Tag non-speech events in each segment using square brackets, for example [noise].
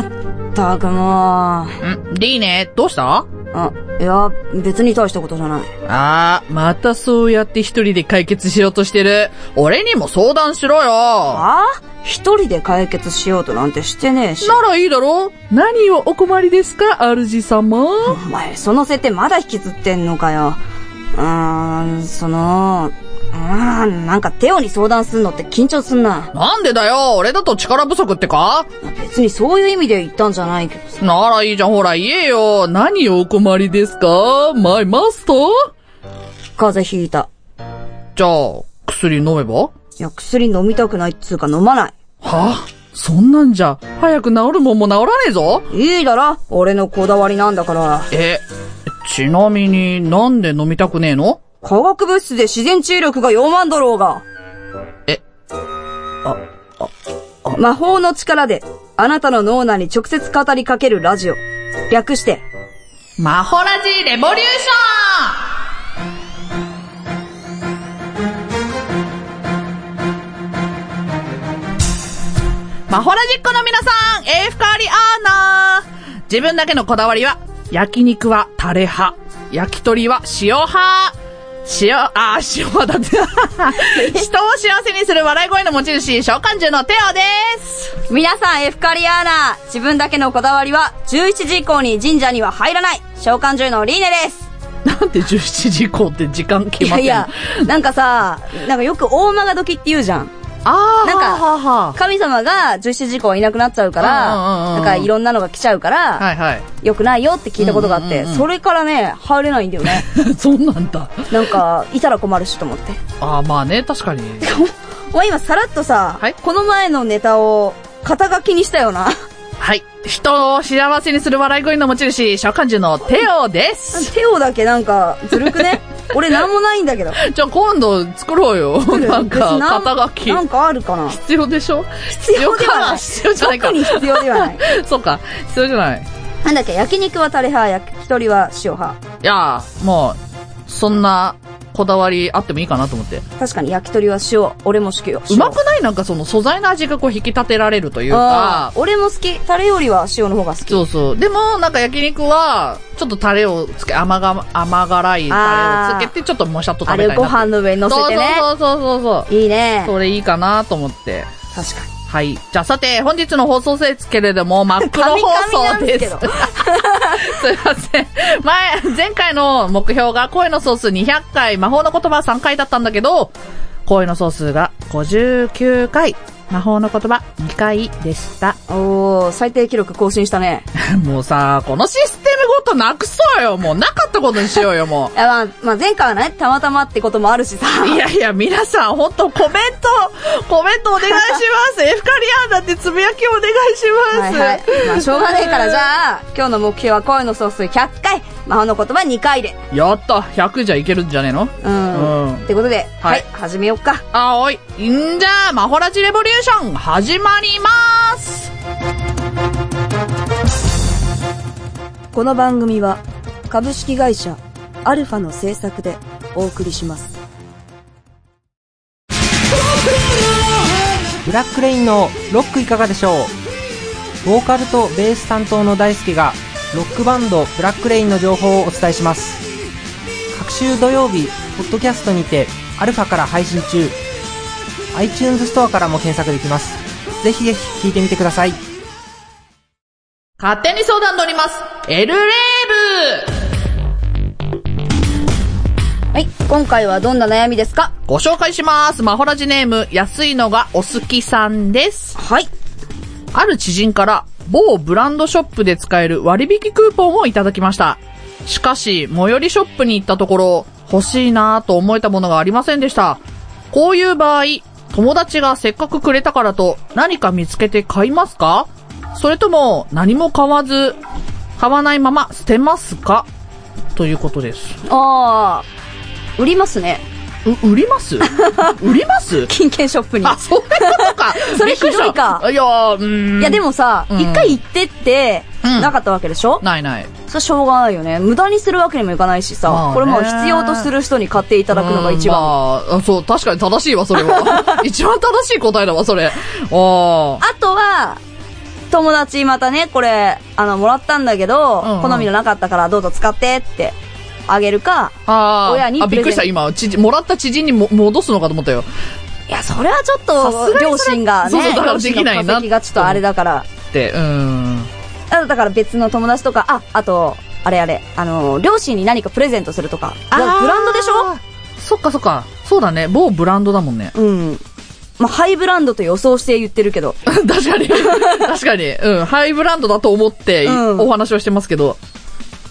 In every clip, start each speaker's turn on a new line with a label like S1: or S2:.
S1: ったくもう。
S2: んリーネ、どうした
S1: あ、いや、別に大したことじゃない。
S2: あー、またそうやって一人で解決しようとしてる。俺にも相談しろよ
S1: あ一人で解決しようとなんてしてねえし。
S2: ならいいだろ何をお困りですか、主様
S1: お前、その設定まだ引きずってんのかよ。うーん、その、うーん、なんかテオに相談すんのって緊張すんな。
S2: なんでだよ俺だと力不足ってか
S1: 別にそういう意味で言ったんじゃないけどさ。
S2: ならいいじゃん、ほら言えよ何をお困りですかマイマスター
S1: 風邪ひいた。
S2: じゃあ、薬飲めば
S1: いや、薬飲みたくないっつうか飲まない。
S2: はあ、そんなんじゃ、早く治るもんも治らねえぞ
S1: いいだろ俺のこだわりなんだから。
S2: え、ちなみになんで飲みたくねえの
S1: 化学物質で自然治癒力が4万だろうが。
S2: え、
S1: あ、あ、魔法の力で、あなたの脳内に直接語りかけるラジオ。略して、
S2: マホラジーレボリューションマホラジックの皆さん、エーフカリアーナー自分だけのこだわりは、焼肉はタレ派、焼き鳥は塩派、塩、あー、塩
S1: [laughs]
S2: 派だって。人を幸せにする笑い声の持ち主、召喚獣のテオです。
S1: 皆さん、エフカリアーナ自分だけのこだわりは、17時以降に神社には入らない、召喚獣のリーネです。
S2: なんで17時以降って時間決
S1: い
S2: まっ
S1: や
S2: て
S1: い
S2: んの
S1: や、なんかさ、なんかよく大間が時って言うじゃん。
S2: あー、
S1: なんか
S2: はあはあは
S1: 神様が17時以降いなくなっちゃうから、
S2: うんうんうんうん
S1: なんかいろんなのが来ちゃうから、
S2: あはいはい。
S1: 良くないよって聞いたことがあって、
S2: うんうんうんうん
S1: それからね、入れないんだよ
S2: [laughs]
S1: ね。
S2: そうなんだ。
S1: なんか、いたら困るしと思って。
S2: ああ、まあね、確かに。
S1: お前今さらっとさ、
S2: はい
S1: この前のネタを、肩書きにしたよ
S2: [laughs]
S1: な。
S2: はい。人を幸せにする笑い声の持ち主、召喚獣のテオです。
S1: 手をだけなんか、ずるく
S2: [laughs]
S1: ね俺なんもないんだけど。
S2: じゃあ今度作ろうよ。 [laughs] なんか、肩書き。
S1: なんかあるかな
S2: 必要でしょ
S1: 必要ではない。
S2: 必要か必要じゃないか
S1: 特に必要では
S2: [laughs]
S1: ない。
S2: そうか、必要じゃない。い
S1: なんだっけ、焼肉はタレ派、焼き鳥は塩派。
S2: やー、もう、そんな、こだわりあってもいいかなと思って。
S1: 確かに焼き鳥は塩、俺も好きよ。
S2: うまくないなんかその素材の味がこう引き立てられるという
S1: 塩あ
S2: か
S1: ー、俺も好き。タレよりは塩の方が好き。
S2: そうそう。でも、なんか焼肉は、ちょっとタレをつけ、甘が、甘辛いタレをつけて、ちょっともしゃっと食
S1: あ
S2: べ
S1: れ
S2: たいな
S1: をご飯の上に乗せてね。
S2: そうそうそうそうそう。
S1: いいね。
S2: それいいかなと思って。
S1: 確かに。
S2: はい。じゃあさて、本日の放送ですけれ
S1: [laughs]
S2: ども、真っ黒放送です。
S1: 神々なん
S2: [laughs]
S1: です
S2: いません。前、前回の目標が声の総数200回、魔法の言葉は3回だったんだけど、声の総数が59回、魔法の言葉2回でした。
S1: おー、最低記録更新したね。
S2: もうさ、このシステムごとなくそうよ。もうなかったことにしようよ、もう。
S1: いや、まあ、まあ、前回はね、たまたまってこともあるしさ。
S2: いやいや、皆さん、本当コメント、コメントお願いし
S1: [laughs]
S2: ます。エフカリアーナってつぶやきお願いしま
S1: はい
S2: す。
S1: はい。まあ、しょうがないから、じゃあ、今日の目標は声の総数100回、魔法の言葉2回で。
S2: やった、100じゃいけるんじゃねえの
S1: うん。
S2: うん
S1: ってことで、
S2: は
S1: はいい、始めよっか。
S2: あ、おい。んじゃあ、マホラジレボリューション、始まります。
S1: この番組は、株式会社、アルファの制作でお送りします。
S3: ブラックレインのロックいかがでしょうボーカルとベース担当の大輔がロックバンドブラックレインの情報をお伝えします各週土曜日ポッドキャストにてアルファから配信中 iTunes ストアからも検索できますぜひぜひ聞いてみてください
S2: 勝手に相談乗ります。エルレーブ
S1: はい、今回はどんな悩みですか
S2: ご紹介します。マホラジネーム、安いのがお好きさんです。
S1: はい。
S2: ある知人から某ブランドショップで使える割引クーポンをいただきました。しかし、最寄りショップに行ったところ、欲しいなぁと思えたものがありませんでした。こういう場合、友達がせっかくくれたからと何か見つけて買いますかそれとも何も買わず、買わないまま捨てますかということです。
S1: あー、売りますね。
S2: う、売ります売り
S1: [laughs]
S2: ます
S1: 金券ショップに。
S2: あ、そういうこと [laughs] か
S1: それひどいか
S2: びっくりしたいやーうーん。
S1: いやでもさ、
S2: うん
S1: 一、回行ってって、
S2: うん
S1: なかったわけでしょ、
S2: ないない。
S1: それはしょうがないよね。無駄にするわけにもいかないしさ、
S2: まあね
S1: これもう必要とする人に買っていただくのが一番。
S2: うんまあ、あそう、確か
S1: [laughs]
S2: に正しいわ、それは。一番正しい答えだわ、それ。ああ。
S1: あとは、友達またね、これ、あの、もらったんだけど、
S2: うんうん
S1: 好みのなかったからどうぞ使ってって、あげるか、
S2: あ
S1: 親に
S2: ーあ、びっくりした、
S1: プレゼン
S2: 今。知人もらった知人にも戻すのかと思ったよ。
S1: いや、それはちょっ
S2: さす
S1: と
S2: が、にそれ
S1: 両親がね、
S2: そうそうだからできないな
S1: 両親の化石がちょっとあれだから、
S2: って、うーん。
S1: あだから別の友達とか、あ、あと、あれあれ、あの、両親に何かプレゼントするとか、ブ
S2: あー
S1: ランドでしょ
S2: そっかそっか。そうだね。某ブランドだもんね。 [laughs]
S1: うん。まあ、ハイブランドと予想して言ってるけど、
S2: 確かに。確かに。うん。ハイブランドだと思って、
S1: うん
S2: お話をしてますけど。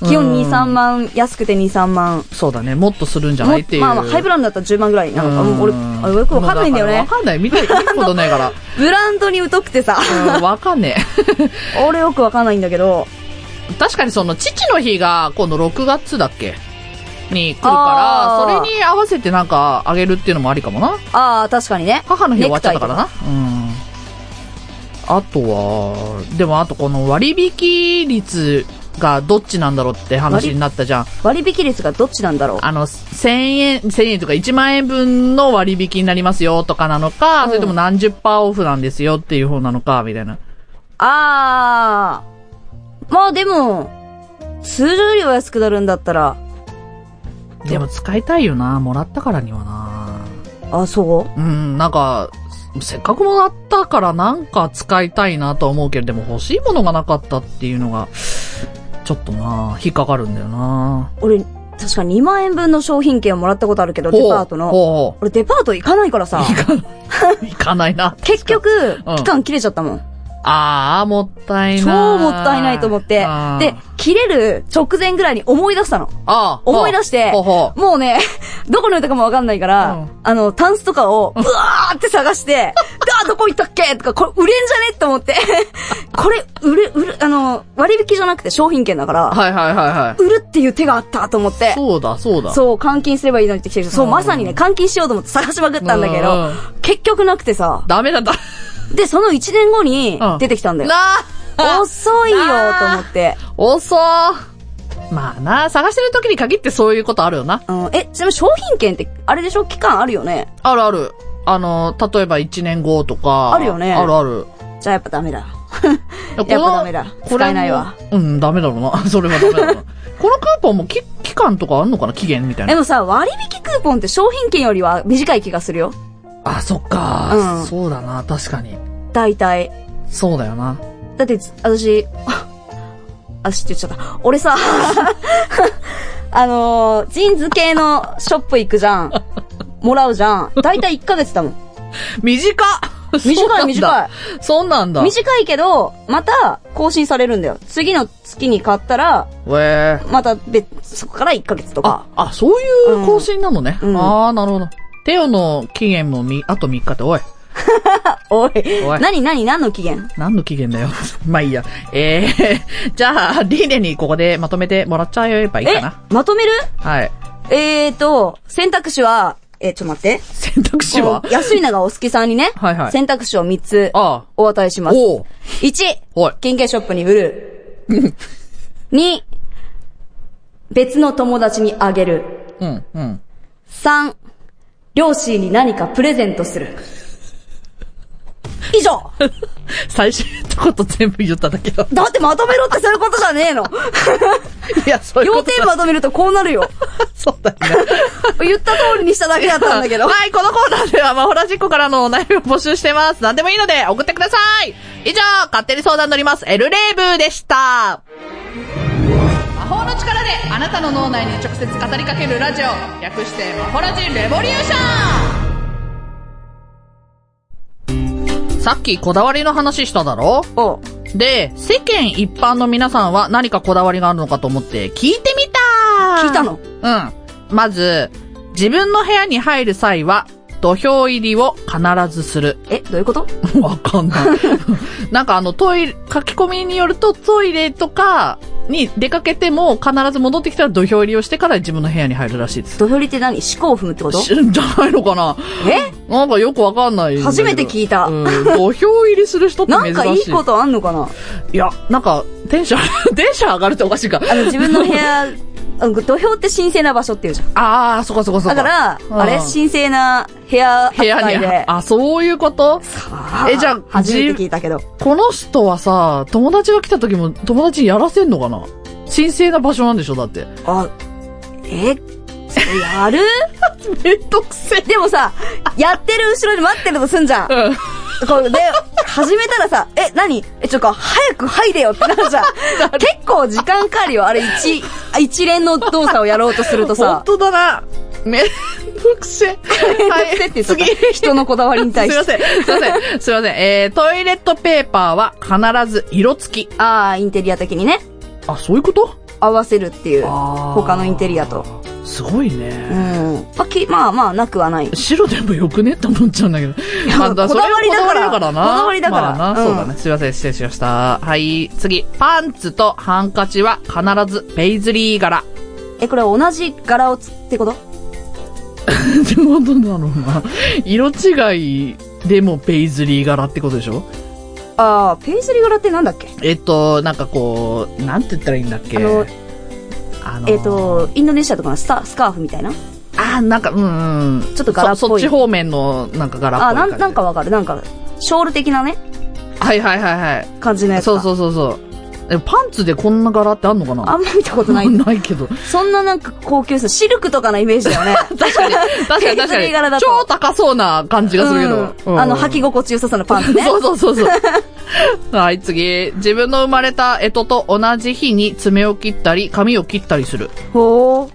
S1: 基本
S2: うん
S1: 2、3万、安くて2、3万。
S2: そうだね。もっとするんじゃ
S1: も
S2: ないっていう。
S1: まあまあ、ハイブランドだったら10万ぐらいなのか、もう俺、
S2: うん
S1: あよくわかんないんだよ
S2: わ
S1: ね。
S2: かんない。見た見たことないから。
S1: ブランドに疎くてさ、 [laughs]
S2: うんわかんね
S1: 俺よくわかんないんだけど、
S2: え。確かにその、父の日が、今度6月だっけに来る
S1: あ
S2: か
S1: ー
S2: ら、それに合わせてなんか、あげるっていうのもありかもな。
S1: ああ、確かにね。
S2: 母の日終わっちゃったから
S1: ネクタイとか。
S2: な。うん。あとは、でもあとこの割引率がどっちなんだろうって話になったじゃん。
S1: 割引率がどっちなんだろう。
S2: あの、1000円、1000円とか1万円分の割引になりますよとかなのか、
S1: うん
S2: それとも何十パーオフなんですよっていう方なのか、みたいな。
S1: ああ、まあでも、通常よりは安くなるんだったら、
S2: でも使いたいよな、もらったからにはな。
S1: あ、そう
S2: うん、なんか、せっかくもらったからなんか使いたいなとは思うけれど、でも欲しいものがなかったっていうのが、ちょっとな、引っかかるんだよな。
S1: 俺、確か2万円分の商品券をもらったことあるけど、デパートの。
S2: ほう
S1: 俺デパート行かないからさ、
S2: ほうほう。行かないな。
S1: [laughs] 結局
S2: うん、
S1: 期間切れちゃったもん。
S2: ああ、もったいない。
S1: 超もったいないと思って
S2: あー、
S1: で、切れる直前ぐらいに思い出したの。
S2: あー
S1: 思い出して
S2: ほうほう
S1: もうね、 [laughs] どこに置いたかもわかんないから、
S2: うん
S1: あの、タンスとかを、ブワーって探して、
S2: [laughs]
S1: であ、どこ行ったっけとか、これ売れんじゃねって思って。 [laughs] これ、売れ、売る、あの、割引じゃなくて商品券だから、
S2: はいはいはいは
S1: 売るっていう手があったと思って
S2: い。。そうだ、そうだ。
S1: そう、換金すればいいのにって来てるそう、
S2: うん
S1: まさにね、換金しようと思って探しまくったんだけ
S2: うんう
S1: ど
S2: ん、
S1: 結局なくてさ。
S2: ダメだった。
S1: で、その1年後に
S2: うん
S1: 出てきたんだよ。
S2: なあ
S1: 遅いよ、と思って。
S2: [laughs] 遅まあな、探してる時に限ってそういうことあるよな。
S1: うん、え、ちなみに商品券って、あれでしょ期間あるよね
S2: あるある。あの、例えば1年後とか。
S1: あるよね
S2: あるある。
S1: じゃあやっぱダメだ。
S2: やっ
S1: やっぱダメだ使えないわ。
S2: うん、ダメだろうな。 [laughs] それはダメだろうな。このクーポンもき期間とかあんのかな期限みたい
S1: で
S2: な。
S1: もさ、割引クーポンって商品券よりは短い気がするよ。
S2: あ、そっか、
S1: うん
S2: そうだな、確かに。
S1: 大体。
S2: そうだよな。
S1: だって、私、 [laughs] あ私って言っちゃった。俺さ、 [laughs] あのー、ジーンズ系のショップ行くじゃん。もらうじゃん。大体1ヶ月だもん。
S2: 短っ
S1: 短い短い。
S2: そうなんだ。
S1: 短いけど、また更新されるんだよ。次の月に買ったら、
S2: えー。
S1: また別、そこから1ヶ月と
S2: あ
S1: か。、
S2: あ、そういう更新なのね。
S1: うん
S2: ああ、なるほど。テオの期限もみ、あと3日って、おい。
S1: おい
S2: お。い
S1: 何何何の期限
S2: 何の期限だよ。 [laughs] まあいいや。えー、 [laughs] じゃあ、リーネにここでまとめてもらっちゃえばいいか
S1: え
S2: な。
S1: まとめる
S2: はい。
S1: えーと、選択肢は、えー、ちょっと待って。
S2: 選択肢は
S1: この安い長お好きさんにね、
S2: はいはい
S1: 選択肢を3つ
S2: あ
S1: お与えし
S2: あ、
S1: ます。
S2: おう。
S1: 1、
S2: おい。
S1: 金券ショップに売る。2、別の友達にあげる。
S2: うん、うん。
S1: 3、両親に何かプレゼントす
S2: [laughs]
S1: る。以上
S2: 最初言ったこと全部言っただけ [laughs] だ。
S1: だってまとめろってそういうことじゃねえの
S2: いや、そういう
S1: 要
S2: ことだ。
S1: 点まとめるとこうなるよ。
S2: そうだよね。
S1: 言った通りにしただけだったんだけど。
S2: [laughs] はい、このコーナーでは、まほらじっこからのお悩みを募集してます。何でもいいので、送ってください以上、勝手に相談乗ります、エルレーブでした魔法の力で、あなたの脳内に直接語りかけるラジオ、略して、まほらじレボリューションさっき、こだわりの話しただろ
S1: おう
S2: で、世間一般の皆さんは何かこだわりがあるのかと思って聞いてみた
S1: 聞いたの
S2: うん。まず、自分の部屋に入る際は、土俵入りを必ずする。 [laughs]
S1: え、どういうこと
S2: わかんない。 [laughs] なんかあの、トイレ、書き込みによると、トイレとかに出かけても、必ず戻ってきたら土俵入りをしてから自分の部屋に入るらしいです。
S1: 土俵りって何思考を踏むってこと
S2: しんじゃないのかな
S1: え
S2: なんかよくわかんないんだけど。
S1: 初めて聞いた
S2: うん、土俵入りする人って珍
S1: な
S2: しい。
S1: んかいいことあんのかない
S2: [laughs] や、なんか、テンション、テンション上がるっておかしいか。
S1: あの、自分の部屋 [laughs] うん土俵って神聖な場所っていうじゃん。
S2: ああ、そこそこそこ。
S1: だから、
S2: うん
S1: あれ神聖な部屋
S2: 部屋
S1: 扱い
S2: に
S1: で。、
S2: あ、そういうことえ、じゃあ、
S1: 初めて聞
S2: じ
S1: いたけど。
S2: この人はさ、友達が来た時も友達にやらせんのかな神聖な場所なんでしょだって。
S1: あ、え、それやる
S2: [laughs] めんどくせえ。
S1: でもさ、やってる後ろで待ってるとすんじゃん。
S2: うん。
S1: こうで、始めたらさ、え、何え、ちょっと早く入れよってなるじ
S2: [laughs]
S1: ゃん。結構時間かかるよ。あれ一、一連の動作をやろうとすると
S2: [laughs] 本
S1: さ。
S2: 当だな。めんどくせえ。
S1: [laughs]
S2: は
S1: せって言
S2: い、
S1: っ
S2: 次。
S1: ちゃった人のこだわりに
S2: すい
S1: 対
S2: ま
S1: して。
S2: せん、すいません、すいません。えー、トイレットペーパーは必ず色付き。
S1: ああ、インテリア的にね。
S2: あ、そういうこと
S1: 合わせるっていう。他
S2: 他
S1: のインテリアと。
S2: すごいうね。
S1: ん。まあ、きまあまあ、なくはない。
S2: 白でもよくねって思っちゃうんだけど。まあ、
S1: こだわりだから
S2: それはこだわりだからな。
S1: こだわりだから
S2: まあな、
S1: うん
S2: そうだね。すいません、失礼しました。はい、次。パンツとハンカチは必ずペイズリー
S1: [laughs]
S2: 柄。
S1: え、これは同じ柄をつってこと
S2: ってことだろうな。色違いでもペイズリー柄ってことでしょ
S1: ああ、ペイズリー柄ってなんだっけ
S2: えっと、なんかこう、なんて言ったらいいんだっけ
S1: あの、
S2: あの
S1: えっ、、と、インドネシアとかのスタスカーフみたいな
S2: あー、なんか、うん、うん
S1: ちょっと柄っぽい
S2: そそっち方面の、なんか柄っぽ
S1: あ
S2: い
S1: ーな
S2: 感じ。
S1: ん、なんかわかる。なんか、ショール的なね、
S2: はいはいはい
S1: 感じの
S2: は
S1: や
S2: い。
S1: つか。
S2: そうそうそうそう。え、パンツでこんな柄ってあんのかな。
S1: あんま見た [laughs] ことない
S2: ないけど。
S1: そんななんか高級さ、シルクとかのイメージだよね。
S2: [laughs] 確かに、確かに
S1: ペイズリー柄
S2: 確か
S1: だ
S2: に。
S1: と
S2: 超高そうな感じがするけど。
S1: うん
S2: うん
S1: あの、履き心地良さそうなパンツ
S2: [laughs]
S1: ね。
S2: そうそうそうそう。 [laughs] はい、次。自分の生まれた干支と同じ日に爪を切ったり、髪を切ったりする。
S1: ほ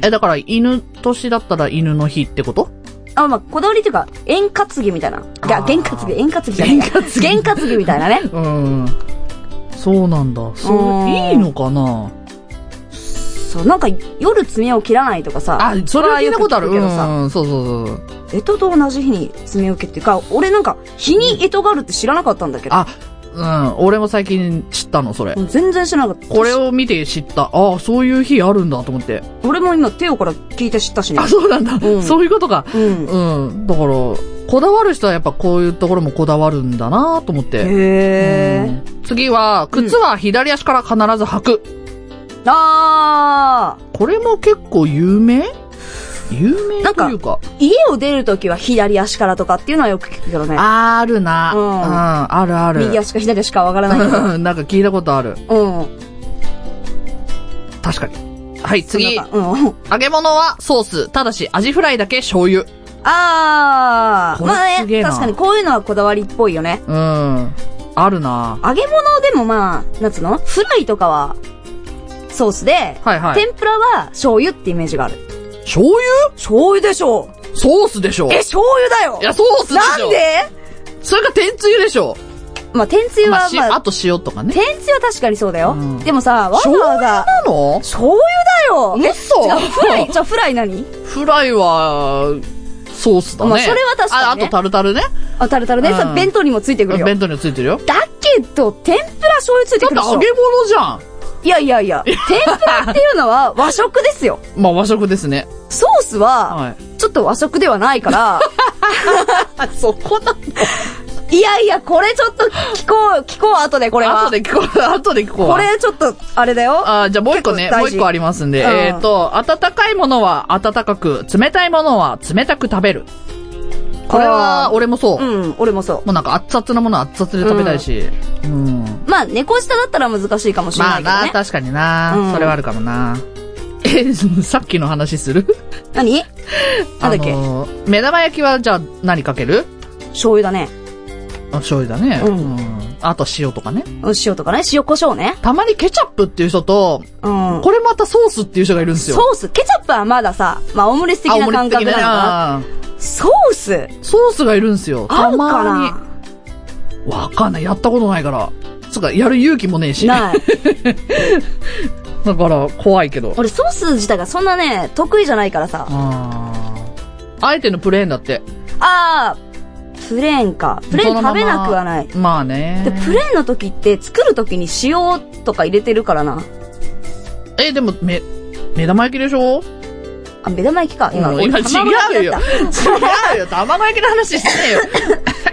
S1: ー。
S2: え、だから、犬年だったら犬の日ってこと
S1: あ、まあ、こだわりというか、円担ぎみたいな。いや、
S2: あー
S1: 験担ぎ、円担ぎじゃない。
S2: 験担ぎ
S1: 験担ぎみたいな
S2: [laughs]
S1: ね。
S2: うん。そうなんだ。そうう、
S1: ん
S2: いいのかな
S1: そう、なんか、夜爪を切らないとかさ。
S2: あ、それは聞いたことある。
S1: こ
S2: う
S1: れはよく聞くけどさ、
S2: ん、そうそうそう。
S1: 干支と同じ日に爪を切っていうか、俺なんか、日に干支があるって知らなかったんだけど。
S2: あ、うん、俺も最近知ったの、それ
S1: も。う全然知らなかった。
S2: これを見て知った。ああ、そういう日あるんだと思って。
S1: 俺も今、テオから聞いて知ったしね
S2: あ、。そうなんだ。
S1: うん
S2: そういうことか。
S1: うん。
S2: うん。だから、こだわる人はやっぱこういうところもこだわるんだなと思って。
S1: へー。
S2: うん次は、靴は左足から必ず履く。
S1: あー。
S2: これも結構有名有名というか。
S1: 家を出るときは左足からとかっていうのはよく聞くけどね。
S2: あるな、
S1: うん
S2: うん、あるある。
S1: 右足か左足かわからないけど。
S2: うん [laughs] なんか聞いたことある。 [laughs]
S1: うん。
S2: 確かに。はい、次。
S1: なんかうん。
S2: 揚げ物はソース。ただし、アジフライだけ醤油。
S1: あー。
S2: これ
S1: まあ
S2: すげえ
S1: ね、
S2: な
S1: 確かにこういうのはこだわりっぽいよね。
S2: うん。あるな
S1: 揚げ物でもまあ、なんつうのフライとかはソースで、
S2: はいはい。
S1: 天ぷらは醤油ってイメージがある。
S2: 醤油
S1: 醤油でしょう
S2: ソースでしょ
S1: え、醤油だよ
S2: いや、ソースで
S1: な
S2: しょ
S1: んで
S2: それか天つゆでしょ
S1: まあ、天つゆ
S2: ま
S1: は
S2: あ、し
S1: ま
S2: あ
S1: あ、
S2: と塩とかね。
S1: 天つゆは確かにそうだよ
S2: うん。
S1: でもさ、わざ
S2: 醤
S1: わ
S2: 油
S1: ざ、
S2: なの
S1: 醤油だよえ
S2: 嘘
S1: じゃあフライ、じゃあフライ何
S2: フライは、ソースだね。
S1: まあそれは確かにね
S2: あ、あとタルタルね。
S1: あ、タルタルね。
S2: うん
S1: さ、弁当にもついてくるよ。
S2: 弁当についてるよ。
S1: だけど、天ぷら醤油ついて
S2: だっ
S1: く
S2: て
S1: るでし
S2: 揚
S1: ょ
S2: げ物じゃん。
S1: いやいやいや、天ぷらっていうのは和食ですよ。
S2: まあ和食ですね。
S1: ソースは、 [laughs]
S2: はい。
S1: ちょっと和食ではないから、
S2: あ、そこだ。
S1: いやいや、これちょっと聞こう、聞こう、後でこれは。
S2: 後で聞こう。 [laughs] 後で聞こう。
S1: これちょっと、あれだよ。
S2: あーじゃあもう一個ね、
S1: 結構大
S2: もう
S1: 事
S2: 一個ありますんで。
S1: うん
S2: えっ、と、温かいものは温かく、冷たいものは冷たく食べる。これ
S1: あ
S2: は、
S1: ー
S2: 俺もそう。
S1: う
S2: も
S1: ん、俺もそう。
S2: うなんか熱々なものは熱々で食べたいし。うん。
S1: まあ、猫舌だったら難しいかもしれ
S2: ま
S1: な
S2: あ
S1: いけど
S2: な、
S1: ね。
S2: 確かにな、
S1: うん
S2: それはあるかもな。え、 [laughs] さっきの話する [laughs]
S1: 何なんだっけ
S2: あのー目玉焼きはじゃあ何かける
S1: 醤油だね。
S2: あ醤油だね。
S1: うん
S2: んあと塩とかね。
S1: うん塩とかね、塩胡椒ね。
S2: たまにケチャップっていう人と、
S1: うん。
S2: これまたソースっていう人がいるんですよ。
S1: ソース、ケチャップはまださ、まあ、オムレツ的
S2: あ
S1: な
S2: 俺
S1: 感
S2: 的
S1: 覚なのかな。
S2: な
S1: ソース、
S2: ソースがいるんですよ。
S1: あ
S2: た
S1: るか
S2: ま
S1: な
S2: に。わかんない。やったことないから。つうか、やる勇気もねえし。だ
S1: ない。 [laughs]
S2: から、怖いけど。
S1: 俺ソース自体がそんなね、得意じゃないからさ。
S2: あーあえてのプレーンだって。
S1: あー、プレーンか。プレーン食べなくはない。
S2: そのまままあね
S1: で、。プレーンの時って作る時に塩とか入れてるからな。
S2: え、でも、め、目玉焼きでしょ
S1: あ、目玉焼きか。今、
S2: うん
S1: 俺
S2: 今
S1: 卵焼き
S2: 違うよ
S1: だっ。
S2: 違うよ。卵焼きの話してねえよ。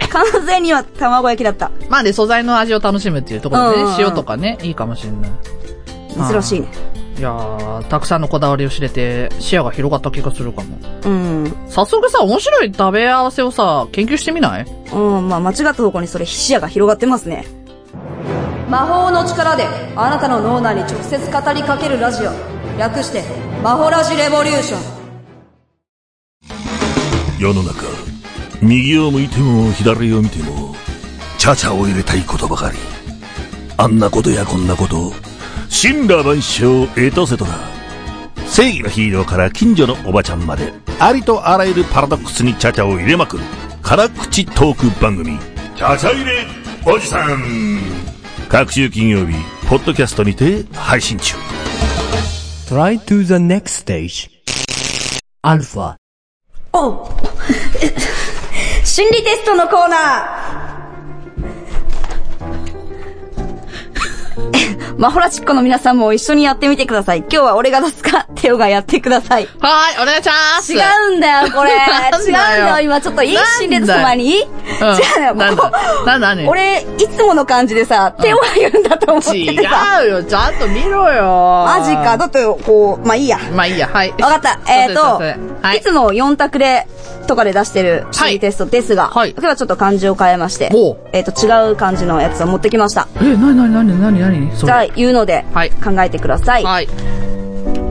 S1: [laughs] た。完全には卵焼きだった。
S2: まあね、素材の味を楽しむっていうところで
S1: うんうん
S2: ね
S1: う、ん
S2: 塩とかね、いいかもしれない。
S1: 珍しいね。
S2: いやー、たくさんのこだわりを知れて、視野が広がった気がするかも。
S1: うん。
S2: 早速さ、面白い食べ合わせをさ、研究してみない
S1: うん、まあ間違った方向にそれ視野が広がってますね。魔法の力であなたの脳内に直接語りかけるラジオ。略して、魔法ラジレボリューション。
S4: 世の中右を向いても左を見てもチャチャを入れたいことばかりあんなことやこんなこと神羅万象エトセトラ正義のヒーローから近所のおばちゃんまでありとあらゆるパラドックスにチャチャを入れまくる辛口トーク番組「チャチャ入れおじさん」各週金曜日ポッドキャストにて配信中
S5: Try to the next stage. Alpha.
S1: おう心理テストのコーナーマホラチッコの皆さんも一緒にやってみてください。今日は俺が出すか、テオがやってください。
S2: はーい、お願いしま
S1: [laughs]
S2: す
S1: 違うんだよ、これ。
S2: [laughs] なんだよ
S1: 違うんだよ、今ちょっといい心理テスト前に [laughs] いい違
S2: うん
S1: うんだ
S2: な
S1: よ、
S2: ん
S1: ここ
S2: だ、なんだ、何
S1: 俺、いつもの感じでさ、手を言うんだと思っててさ。
S2: 違うよ、ちゃんと見ろよ。
S1: マジか。。だって、こう、まあいいや。
S2: まあいいや、はい。わ
S1: わかった。えっ、と、、
S2: はいい。
S1: つも4択で、とかで出してる心理テストですが、
S2: はい
S1: 今日はちょっと漢字を変えまして
S2: おう、
S1: えっ、と、違う漢字のやつを持ってきました。
S2: え、なになになになになにそ
S1: じゃあ
S2: れ。
S1: 言うので、
S2: はい
S1: 考えてください。
S2: はい。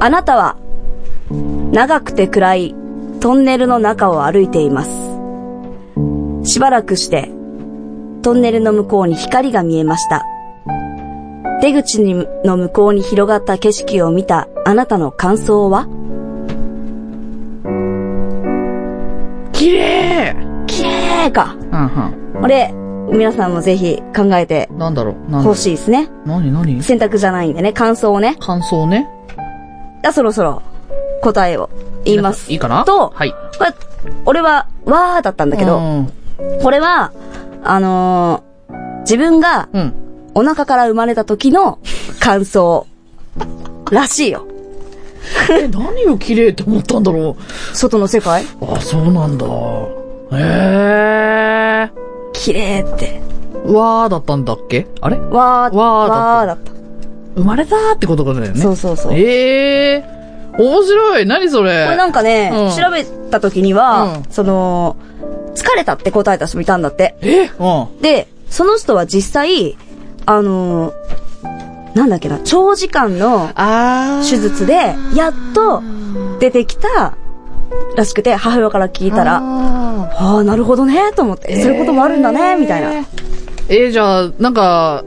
S1: あなたは、長くて暗いトンネルの中を歩いています。しばらくして、トンネルの向こうに光が見えました。出口にの向こうに広がった景色を見たあなたの感想は
S2: 綺麗
S1: 綺麗か。
S2: うん
S1: これ、皆さんもぜひ考えて
S2: うん。なんだろう、なんだ
S1: ほしいですね。
S2: なになに
S1: 選択じゃないんでね、感想をね。
S2: 感想ね。
S1: じゃあそろそろ答えを言います。
S2: いいかな
S1: と、
S2: はい。
S1: これ俺は、わーだったんだけど、
S2: うん。
S1: これは、あのー自分が
S2: うん。
S1: お腹から生まれた時の感想らしいよ。
S2: え、何を綺麗って思ったんだろ
S1: 外の世界
S2: う。あ、そうなんだ。ええ
S1: 綺麗って。
S2: ー。わーだったんだっけあれ
S1: わー、
S2: わ
S1: わ
S2: ー
S1: ーだった。
S2: 生まれたーってことだよね。
S1: そうそうそう。こ
S2: ええー。面白い。何それ。
S1: れなんかね、
S2: うん
S1: 調べた時には、
S2: うん
S1: その、疲れたって答えた人もいたんだって。
S2: えうん。
S1: で、その人は実際、あのーなんだっけな、長時間の
S2: あ
S1: 手術で、やっと出てきたらしくて、母親から聞いたら、
S2: ら。
S1: ああ、なるほどね、と思って。そういうこともあるんだね、みたいな。
S2: えー、じゃあ、なんか、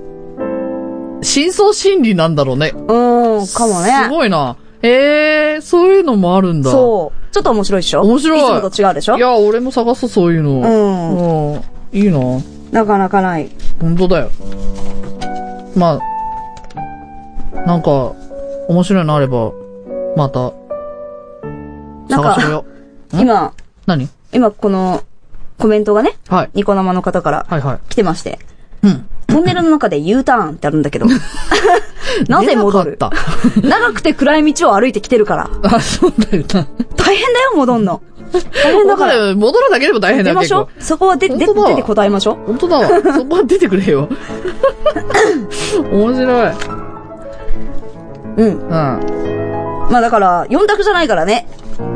S2: 真相心理なんだろうね。
S1: うん、かも
S2: す
S1: ね。
S2: ごいな。えー、そういうのもあるんだ。
S1: そう。ちょっと面白いでしょ
S2: 面白い。
S1: いつもと違うでしょ
S2: いや、俺も探す、そういうの。うん。いいな。
S1: なかなかない。
S2: 本当だよ。まあ、なんか、面白いのあれば、また、
S1: なん
S2: 探そう
S1: か、
S2: よ。ん
S1: 今、
S2: 何
S1: 今このコメントがね、
S2: はい。
S1: ニコ生の方から
S2: はいはい。
S1: 来てまして、
S2: うん。
S1: トンネルの中で U ターンってあるんだ
S2: [laughs]
S1: けど、なぜ戻る
S2: 出なかっ
S1: 長くて暗い道を歩いてきてるから、
S2: [laughs] た。あ、そうだよな。
S1: 大変だよ、戻
S2: [laughs]
S1: んの。大変だ
S2: だ
S1: か。
S2: からら、戻るだけでも大変
S1: 出
S2: だよ、
S1: ま
S2: 結
S1: しょ
S2: 構。
S1: うそこは出、出
S2: 本当だ
S1: 出て答えましょう。
S2: 本
S1: [laughs]
S2: 当だわ。そこは出てくれよ。面白い。
S1: うん。
S2: うん。ま
S1: まあだから、4択じゃないからね。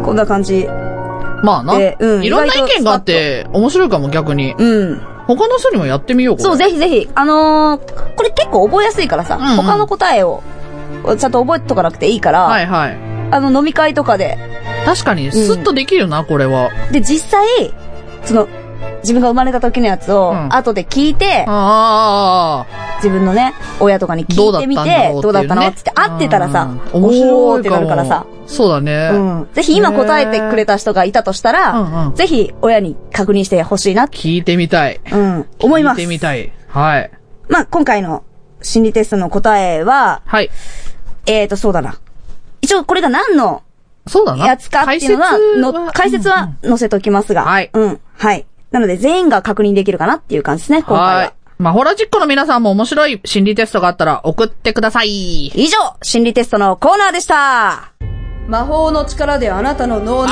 S1: こんな感じ。
S2: あな。
S1: でうん
S2: いろんな意見があって、面白いかも逆に。
S1: うん。
S2: 他の人にもやってみようこれ
S1: そう、ぜひぜひ。あのー、これ結構覚えやすいからさ、
S2: うんうん
S1: 他の答えを、ちゃんと覚えとかなくていいから、
S2: はいはい。
S1: あの、飲み会とかで。
S2: 確かに、スッとできるな、これは。
S1: で、実際、その、自分が生まれた時のやつを
S2: う、ん
S1: 後で聞いて、
S2: ああ。
S1: 自分のね、親とかに聞いてみて、ど
S2: ど
S1: う
S2: う
S1: だ
S2: だ
S1: っ
S2: ったた
S1: の
S2: の
S1: っつって、会ってたらさ
S2: う、ん面
S1: お
S2: 白
S1: ー
S2: い
S1: ってなるからさ
S2: か。も。そうだね。
S1: うん。ぜひ今答えてくれた人がいたとしたら、
S2: うんうん
S1: ぜひ親に確認してほしいな、
S2: 聞いてみたい。
S1: うん、思います
S2: 聞いて。みたい。はい。
S1: まあ、今回の心理テストの答えは、
S2: はい。
S1: えーと、そうだな。一応、これが何の
S2: そうだな。
S1: やつかっていうのは、の解説
S2: うん
S1: は載せときますが。
S2: はい
S1: うん。はい。なので、全員が確認できるかなっていう感じですね、今回
S2: はい
S1: は。。
S2: まあ、ホラジックの皆さんも面白い心理テストがあったら送ってください。
S1: 以上、心理テストのコーナーでした。魔法の力であなたの脳内。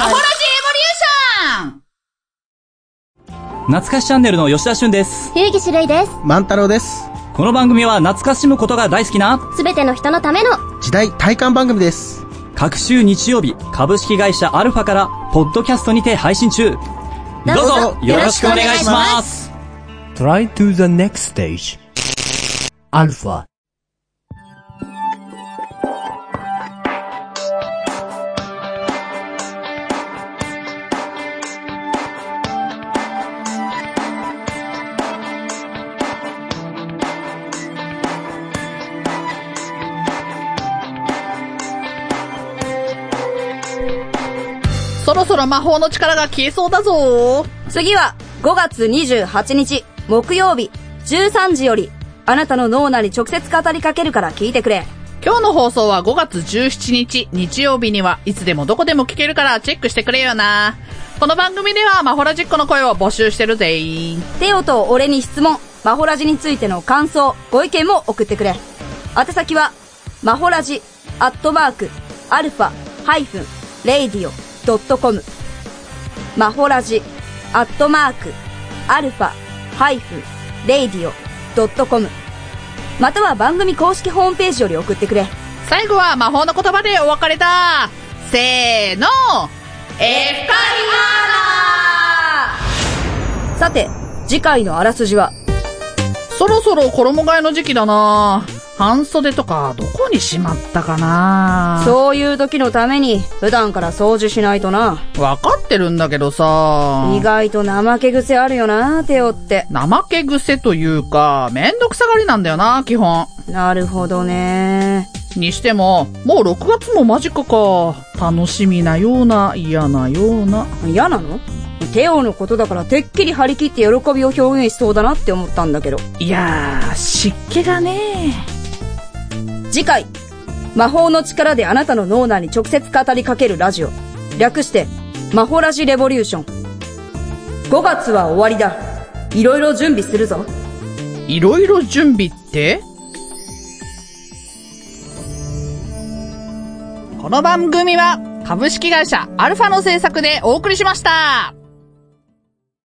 S6: 懐かしチャンネルの吉田俊です。
S7: 冬木種類です。
S8: 万太郎です。
S6: この番組は懐かしむことが大好きな
S7: すべての人のための時代体感番組です。
S6: 各週日曜日、株式会社アルファから、ポッドキャストにて配信中。どうぞ、よろしくお願いします。
S5: Try to the next stage. Alpha.
S2: そろそろ魔法の力が消えそうだぞ
S1: 次は5月28日木曜日13時よりあなたの脳内に直接語りかけるから聞いてくれ。
S2: 今日の放送は5月17日日曜日にはいつでもどこでも聞けるからチェックしてくれよな。この番組ではマホラジッコの声を募集してるぜ
S1: テオと俺に質問、マホラジについての感想、ご意見も送ってくれ。宛先は、マホラジ、アットマーク、アルファ、ハイフン、レイディオ、ドットコム。マホラジ、アットマーク、アルファ、ハイフン、レイディオ、ドットコム。または番組公式ホームページより送ってくれ。
S2: 最後は魔法の言葉でお別れだせーのエフカ
S1: さて、次回のあらすじは、
S2: そろそろ衣替えの時期だな半袖とかどこにしまったかな
S1: そういう時のために普段から掃除しないとな。
S2: わかってるんだけどさ
S1: 意外と怠け癖あるよな、テオって。
S2: 怠け癖というか、めんどくさがりなんだよな、基本。
S1: なるほどね。
S2: にしても、もう6月も間近か。楽しみなような、嫌なような。
S1: 嫌なのテオのことだからてっきり張り切って喜びを表現しそうだなって思ったんだけど。
S2: いやー、湿気がね
S1: 次回、魔法の力であなたの脳内に直接語りかけるラジオ。略して、魔法ラジレボリューション。5月は終わりだ。いろいろ準備するぞ。
S2: いろいろ準備ってこの番組は、株式会社アルファの制作でお送りしました。